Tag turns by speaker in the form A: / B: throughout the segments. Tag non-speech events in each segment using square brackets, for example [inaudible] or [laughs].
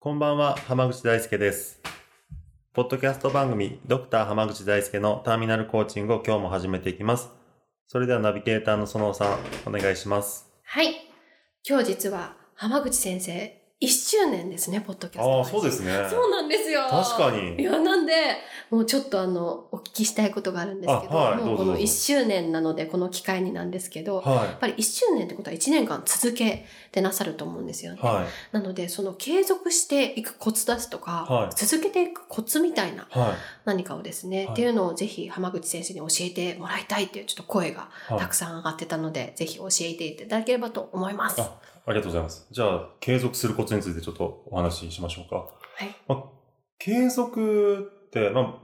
A: こんばんは、浜口大輔です。ポッドキャスト番組、ドクター浜口大輔のターミナルコーチングを今日も始めていきます。それではナビゲーターのそのおさん、お願いします。
B: はい。今日実は浜口先生、1周年ですね、ポッドキャスト。
A: ああ、そうですね。
B: そうなんですよ。
A: 確かに
B: いや、なんで、もうちょっとあの、お聞きしたいことがあるんですけど、
A: あはい
B: も
A: どうぞ
B: うこ
A: どう
B: の
A: ぞ
B: 1周年なので、この機会になんですけど、や
A: は
B: っぱり1周年ってことは1年間続けてなさると思うんですよね。
A: い。は
B: なので、その継続していくコツですとか、
A: はい。
B: 続けていくコツみたいない
A: はい。
B: 何かをですね、
A: はい
B: っていうのをぜひ浜口先生に教えてもらいたいっていうちょっと声が
A: はい
B: たくさん上がってたので、ぜひ教えていただければと思います。
A: あありがとうございます。じゃあ、継続するコツについてちょっとお話ししましょうか。
B: はい
A: まあ、継続って、まあ、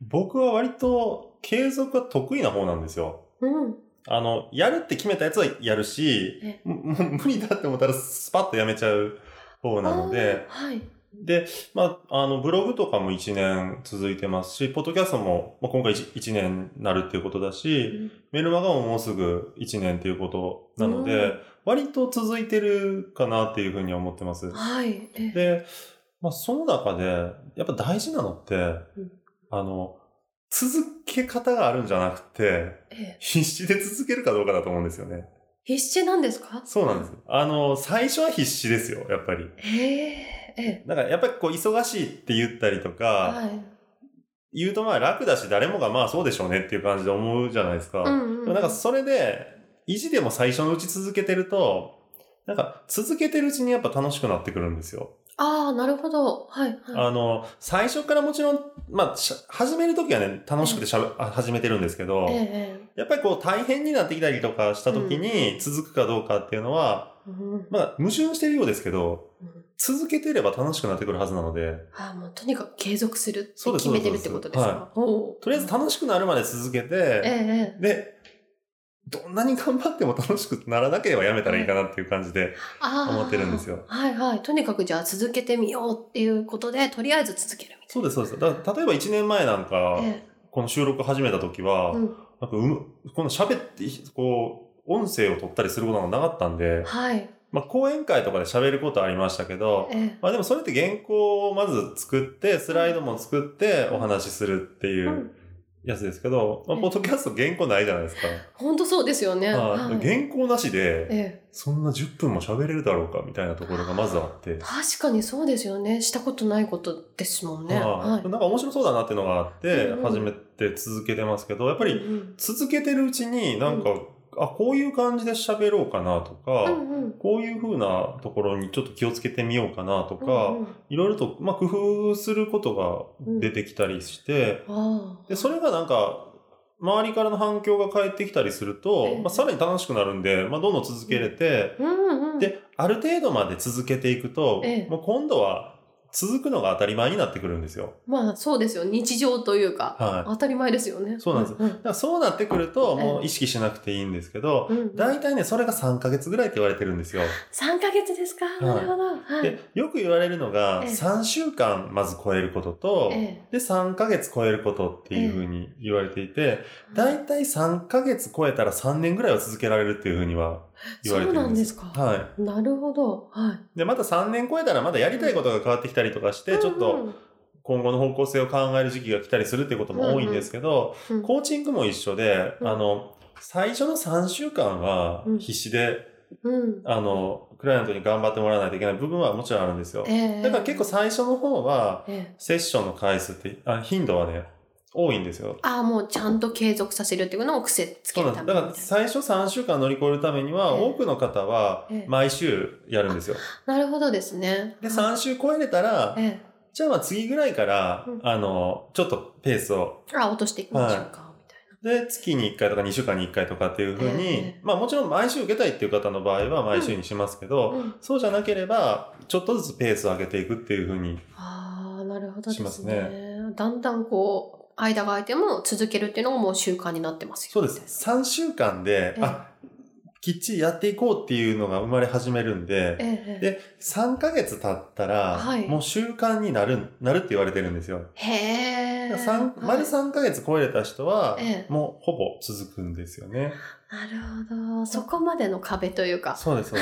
A: 僕は割と継続が得意な方なんですよ。
B: うん。
A: あの、やるって決めたやつはやるし
B: え、
A: ももう無理だって思ったらスパッとやめちゃう方なので、
B: あーはい。
A: で、まあ、あの、ブログとかも1年続いてますし、ポッドキャストも、まあ、今回 1, 1年になるっていうことだし、メルマガももうすぐ1年っていうことなので、
B: うん
A: 割と続いてるかなっていうふうに思ってます。
B: はい。え
A: で、まあ、その中で、やっぱ大事なのって、
B: うん
A: あの、続け方があるんじゃなくて、
B: え
A: 必死で続けるかどうかだと思うんですよね。
B: 必死なんですか
A: そうなんです。あの、最初は必死ですよ、やっぱり。
B: えー、え
A: だからやっぱりこう、忙しいって言ったりとか、
B: ー、はい。
A: 言うとまあ楽だし、誰もがまあそうでしょうねっていう感じで思うじゃないですか。
B: うんうん
A: でもなんかそれで、意地でも最初のうち続けてると、なんか続けてるうちにやっぱ楽しくなってくるんですよ。
B: ああ、なるほど。はい。はい。
A: あの、最初からもちろん、まあ、しゃ始めるときはね、楽しくてしゃべ、あ始めてるんですけど、
B: えー、え
A: やっぱりこう大変になってきたりとかしたときに続くかどうかっていうのは、
B: ーうん
A: まあ、矛盾してるようですけど、
B: うん
A: 続けてれば楽しくなってくるはずなので、
B: ああ、もうとにかく継続するって
A: そうです
B: 決めてるってことですかお
A: とりあえず
B: た
A: 楽しくなるまで続け
B: え
A: て、
B: ええ
A: で、どんなに頑張っても楽しくならなければやめたらいいかなっていう感じ
B: ー
A: で、
B: あー
A: 思ってるんですよ
B: はいはい。とにかくじゃあ続けてみようっていうことで、とりあえず続けるみたい
A: そうです、そうです。だから例えば1年前なんか、
B: な。え
A: この収録始めた時は、
B: えうん。
A: なんかうむ、この喋って、こう、音声を取ったりすることがなかったんで、
B: はい。
A: まあ、講演会とかで喋ることありましたけど、
B: ええ
A: まあでもそれって原稿をまず作って、スライドも作ってお話しするっていううんやつですけど、まあ、
B: ええ
A: ポッドキャスト原稿ないじゃないですか。
B: 本当そうですよね。
A: まあ
B: はい
A: 原稿なしで、
B: ええ
A: そんな10分も喋れるだろうかみたいなところがまずあって。
B: 確かにそうですよね。したことないことですもんね。
A: ま
B: は
A: あ
B: い。
A: なんか面白そうだなっていうのがあって
B: うんう、ん
A: 始めて続けてますけど、やっぱ
B: う
A: り
B: ん
A: 続けてるうちになんか、あ、こういう感じで喋ろうかなとか、
B: うんうんうん
A: こういう風なところにちょっと気をつけてみようかなとか、
B: うんうん
A: いろいろと、まあ、工夫することが出てきたりして、
B: ああ
A: で、それがなんか、周りからの反響が返ってきたりすると、
B: ええ
A: まあ、さらに楽しくなるんで、まあ、どんどん続けれて、
B: うんうん、
A: で、ある程度まで続けていくと、
B: ええ
A: もう今度は続くのが当たり前になってくるんですよ。
B: まあそうですよ日常というか、
A: はい
B: 当たり前ですよね、
A: そうなんです
B: うんうん
A: だからそうなってくると、
B: ええ
A: もう意識しなくていいんですけど、
B: うんうん
A: 大体ね、それが3ヶ月ぐらいって言われてるんですよ。
B: 3ヶ月ですか、
A: い
B: なるほどはい
A: で、よく言われるのが、
B: ええ
A: 3週間まず超えることと、
B: え
A: で、3ヶ月超えることっていうふうに言われていて、
B: え
A: 大体3ヶ月超えたら3年ぐらいは続けられるっていうふうには言われてるんです。
B: そうなんですか
A: は。
B: なるほどはい
A: で、また3年超えたらまだやりたいことが変わってきたりとかし
B: い
A: て、ちょっ
B: うん
A: と
B: うん
A: 今後の方向性を考える時期が来たりするっていうことも多いんですけど、
B: うん
A: コーチングも一緒で、
B: うん
A: あの、最初の3週間は
B: うん
A: 必死で、
B: うん
A: あの、クライアントに頑張ってもらわないといけない部分はもちろんあるんですよ。
B: ええ
A: だから結構最初の方は、
B: ええ
A: セッションの回数って、あ頻度はね、多いんですよ。
B: ああもうちゃんと継続させるっていうのを癖つ
A: そ
B: け
A: うな
B: る
A: んで
B: た
A: す。
B: め
A: だ
B: に
A: から最初3週間乗り越えるためには、
B: ええ
A: 多くの方は
B: ええ
A: 毎週やるんですよ。
B: なるほどですね
A: で、3週超えれたら、
B: え
A: じゃあまあ次ぐらいから
B: う、ん
A: あの、ちょっとペースを、
B: えあ落としていきましょうか、みたいな
A: で、月に1回とか2週間に1回とかっていうふうに、
B: ええ
A: まあもちろん毎週受けたいっていう方の場合は毎週にしますけど、
B: うん
A: そうじゃなければ、ちょっとずつペースを上げていくっていうふうに、
B: ああ、なるほどで
A: しますす
B: ね。だんだんこう、間が空いても続けるっていうのがもう習慣になってます
A: そ
B: よ
A: う
B: ね。
A: です。3週間で
B: え、え
A: あ、きっちりやっていこうっていうのが生まれ始めるん
B: え
A: で、
B: え。ええ
A: で、3ヶ月経ったら、
B: はい
A: もう習慣になる、なるって言われてるんですよ。
B: へえ。
A: 三丸
B: ん。
A: 3ヶ月超えれた人は、
B: ええ
A: もうほぼ続くんですよね。
B: なるほど。そこまでの壁というか。
A: そうです、そう
B: [laughs]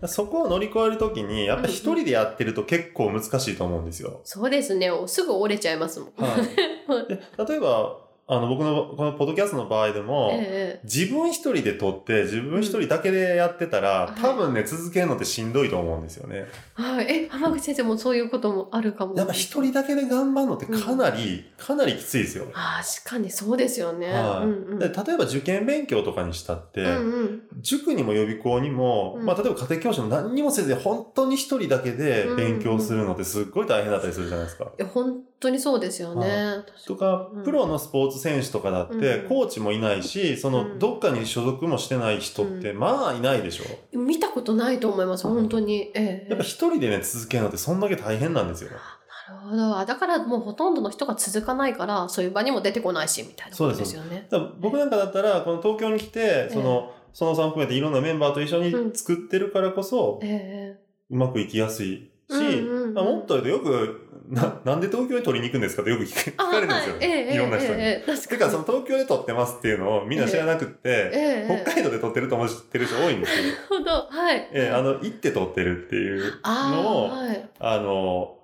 A: です。そこを乗り越えるときに、やっぱり一人でやってると結構難しいと思うんですよ。
B: そうですね。すぐ折れちゃいますもん。
A: はいで例えば、あの、僕のこのポッドキャストの場合でも、
B: ええ。
A: 自分一人で撮って、自分一人だけでやってたら、
B: うん
A: 多分ね、続けるのってしんどいと思うんですよね。
B: はい。え、浜口先生もそういうこともあるかも。
A: やっぱ一人だけで頑張るのってかなり、かなりきついですよ。
B: ああ、確かにそうですよね。
A: はい
B: うんうん。
A: で例えば受験勉強とかにしたって、
B: うんうん。
A: 塾にも予備校にも、
B: うん
A: まあ例えば家庭教師も何にもせずに本当に一人だけで勉強するのってすっごい大変だったりするじゃないですか。
B: いや本当にそうですよね。
A: とか
B: うん、
A: プロのスポーツ選手とかだって、
B: うん
A: コーチもいないし、そうの、
B: ん
A: どっかに所属もしてない人って、
B: う
A: まあいないでしょ。
B: 見たことないと思います。本当に。ええ。
A: やっぱ一人でね、続けるのってそんだけ大変なんですよ。
B: なるほど。あだからもうほとんどの人が続かないから、そういう場にも出てこないし、みたいなこ
A: そう
B: と
A: です
B: ですよね。
A: だから僕なんかだったら、この東京に来て、その、そのさん含めていろんなメンバーと一緒
B: うん
A: に作ってるからこそ、
B: え
A: うまくいきやすいし、
B: うんうんうん
A: まあもっと言うとよく、な、なんで東京に取りに行くんですかってよく聞
B: あ
A: か聞かれるんですよ。
B: はいええ
A: いろんな人に。
B: ええええ確か
A: だ
B: に
A: からその東京で撮ってますっていうのをみんな知らなくって、
B: ええ
A: 北海道で撮ってると思ってる人多いんですよ。
B: なるほど。はい。
A: えーあの、行って撮ってるっていう
B: あー
A: のを、あ,、
B: はい、
A: の、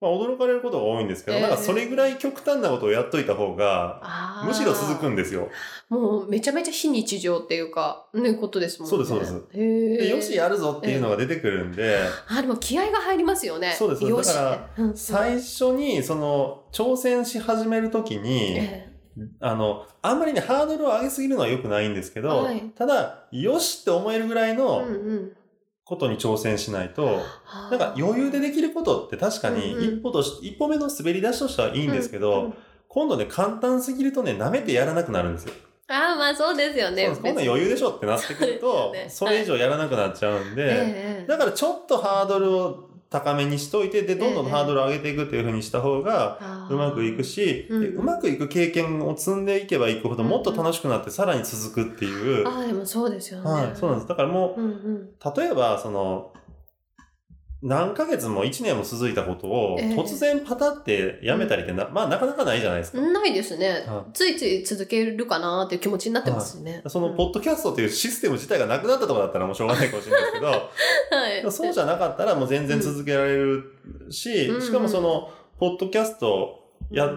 A: まあ、驚かれることが多いんですけど、
B: ええ
A: なんかそれぐらい極端なことをやっといた方が、
B: あー
A: むしろ続くんですよ。
B: もうめちゃめちゃ非日常っていうか、ね、ことですもんね。
A: そうですそうです
B: す。へえ。
A: でよしやるぞっていうのが出てくるんで、
B: あ、でも気合が入りますよね。
A: そうですそう
B: よ
A: で
B: し。
A: すだか
B: うん
A: 最初に、その、挑戦し始めるときに、
B: え
A: あの、あんまりね、ハードルを上げすぎるのは良くないんですけど
B: はい、
A: ただ、よしって思えるぐらい
B: えう
A: の
B: んうん。
A: ことに挑戦しないと、
B: あ
A: な
B: ー
A: んか余裕でできることって確かに
B: うんうん
A: 一歩とし、一歩目の滑り出しとしてはいいんですけど、
B: うんうん
A: 今度ね、簡単すぎるとね、舐めてやらなくなるんですよ。
B: あーまあそうですよね。
A: そうですこんなん余裕でしょってなってくる
B: そう
A: と、
B: ですよね
A: それ以上やらなくなっちゃうん
B: 別に
A: で、
B: ええ
A: だからちょっとハードルを高めにしといて、で、どんどん
B: ええ
A: ハードルを上げていくっていう風にした方が、うまくいく
B: し。
A: し、で
B: うんうん
A: うまくいく経験を積んでいけばいくほどもっと楽しくなってさらに続くっていう、
B: あーでもそうですよね。
A: はい、そうなんです。だからもう、
B: うんうん。
A: 例えば、その、何ヶ月も1年も続いたことを、
B: ええ
A: 突然パタってやめたりってな、まあなかなかないじゃないですか。
B: ないですね、
A: はい
B: ついつい続けるかなっていう気持ちになってますね、
A: その、ポッドキャストというシステム自体がなくなったとかだったらもうしょうがないかもしれないです
B: [laughs]
A: けど、
B: はい
A: でもそうじゃなかったらもう全然続けられるし、
B: うん
A: しかもその、ポッドキャストや、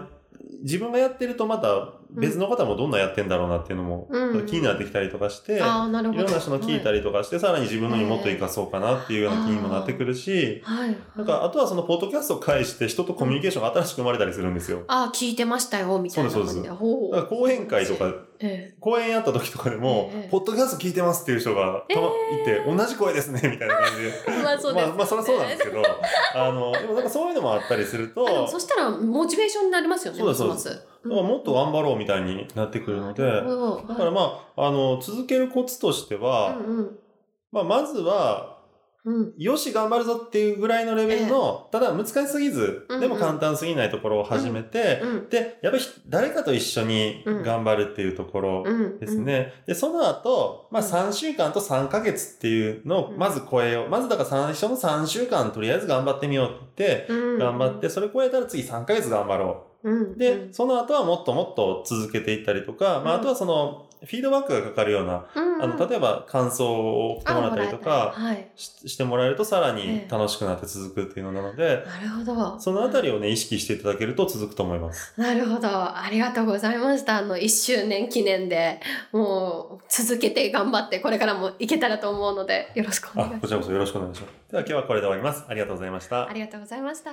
A: 自分がやってるとまた別の方もどんなやってんだろうなっていうのも
B: うん
A: 気になってきたりとかして、
B: あーなるほ
A: い
B: ど
A: ろんな人の聞いた
B: り
A: りとかして、さらに自分のにもっと活かそうかなっていうような気にもなってくるし、
B: はい、はい
A: なんか、あとはその、ポッドキャストを介して人とコミュニケーションが新しく生まれたりするんですよ。
B: あー聞いてましたよみたいな
A: そう
B: 感じ
A: ですそう
B: で
A: で
B: ほ
A: だから講演会とか、
B: え
A: 講演やった時とかでも
B: ええ、
A: ポッドキャスト聞いてますっていう人がたま、いて、同じ声ですね、みたいな感じで。
B: えまあそうです、
A: まあ、まあ、そりゃそうなんです
B: [laughs]
A: けど、あの、でもなんかそういうのもあったりすると、
B: あでもそしたらモチベーションになりますよね
A: そうです
B: ますます
A: なんかもっと頑張ろうみたいになってくるので、
B: なるほど
A: だからまあ、あの、続けるコツとしては、
B: うんうん
A: まあ、まずは、
B: うん
A: よし、頑張るぞっていうぐらいのレベルの、ただ難しすぎず
B: うんう、ん
A: でも簡単すぎないところを始めて、
B: うん
A: で、やっぱり誰かと一緒に頑張るっていうところ
B: うん
A: ですね。で、その後、まあ
B: うん
A: 3週間と3ヶ月っていうのを
B: うん
A: まず超えよう。まずだから最初の3週間とりあえず頑張ってみようって
B: うん
A: 言って、頑張って、それ超えたら次3ヶ月頑張ろ
B: うん
A: う。で、その後はもっともっと続けていったりとか、まあ
B: うん
A: あとはその、フィードバックがかかるような、
B: うん
A: あの、例えば感想を送ってもらったりと
B: あ
A: か
B: もらえたり
A: ししてもらえるとさら
B: え
A: に
B: え
A: 楽しくなって続くっていうのなので、
B: はいなるほど
A: そのあたりをね、意識していただけると続くと思います。
B: なるほど。ありがとうございました。あの、1周年記念で、もう、続けて頑張って、これからもいけたらと思うので、よろしくお願いし、
A: あ
B: ます。
A: こちらこそよろしくお願いします。では今日はこれで終わります。ありがとうございました
B: あ。りがとうございました。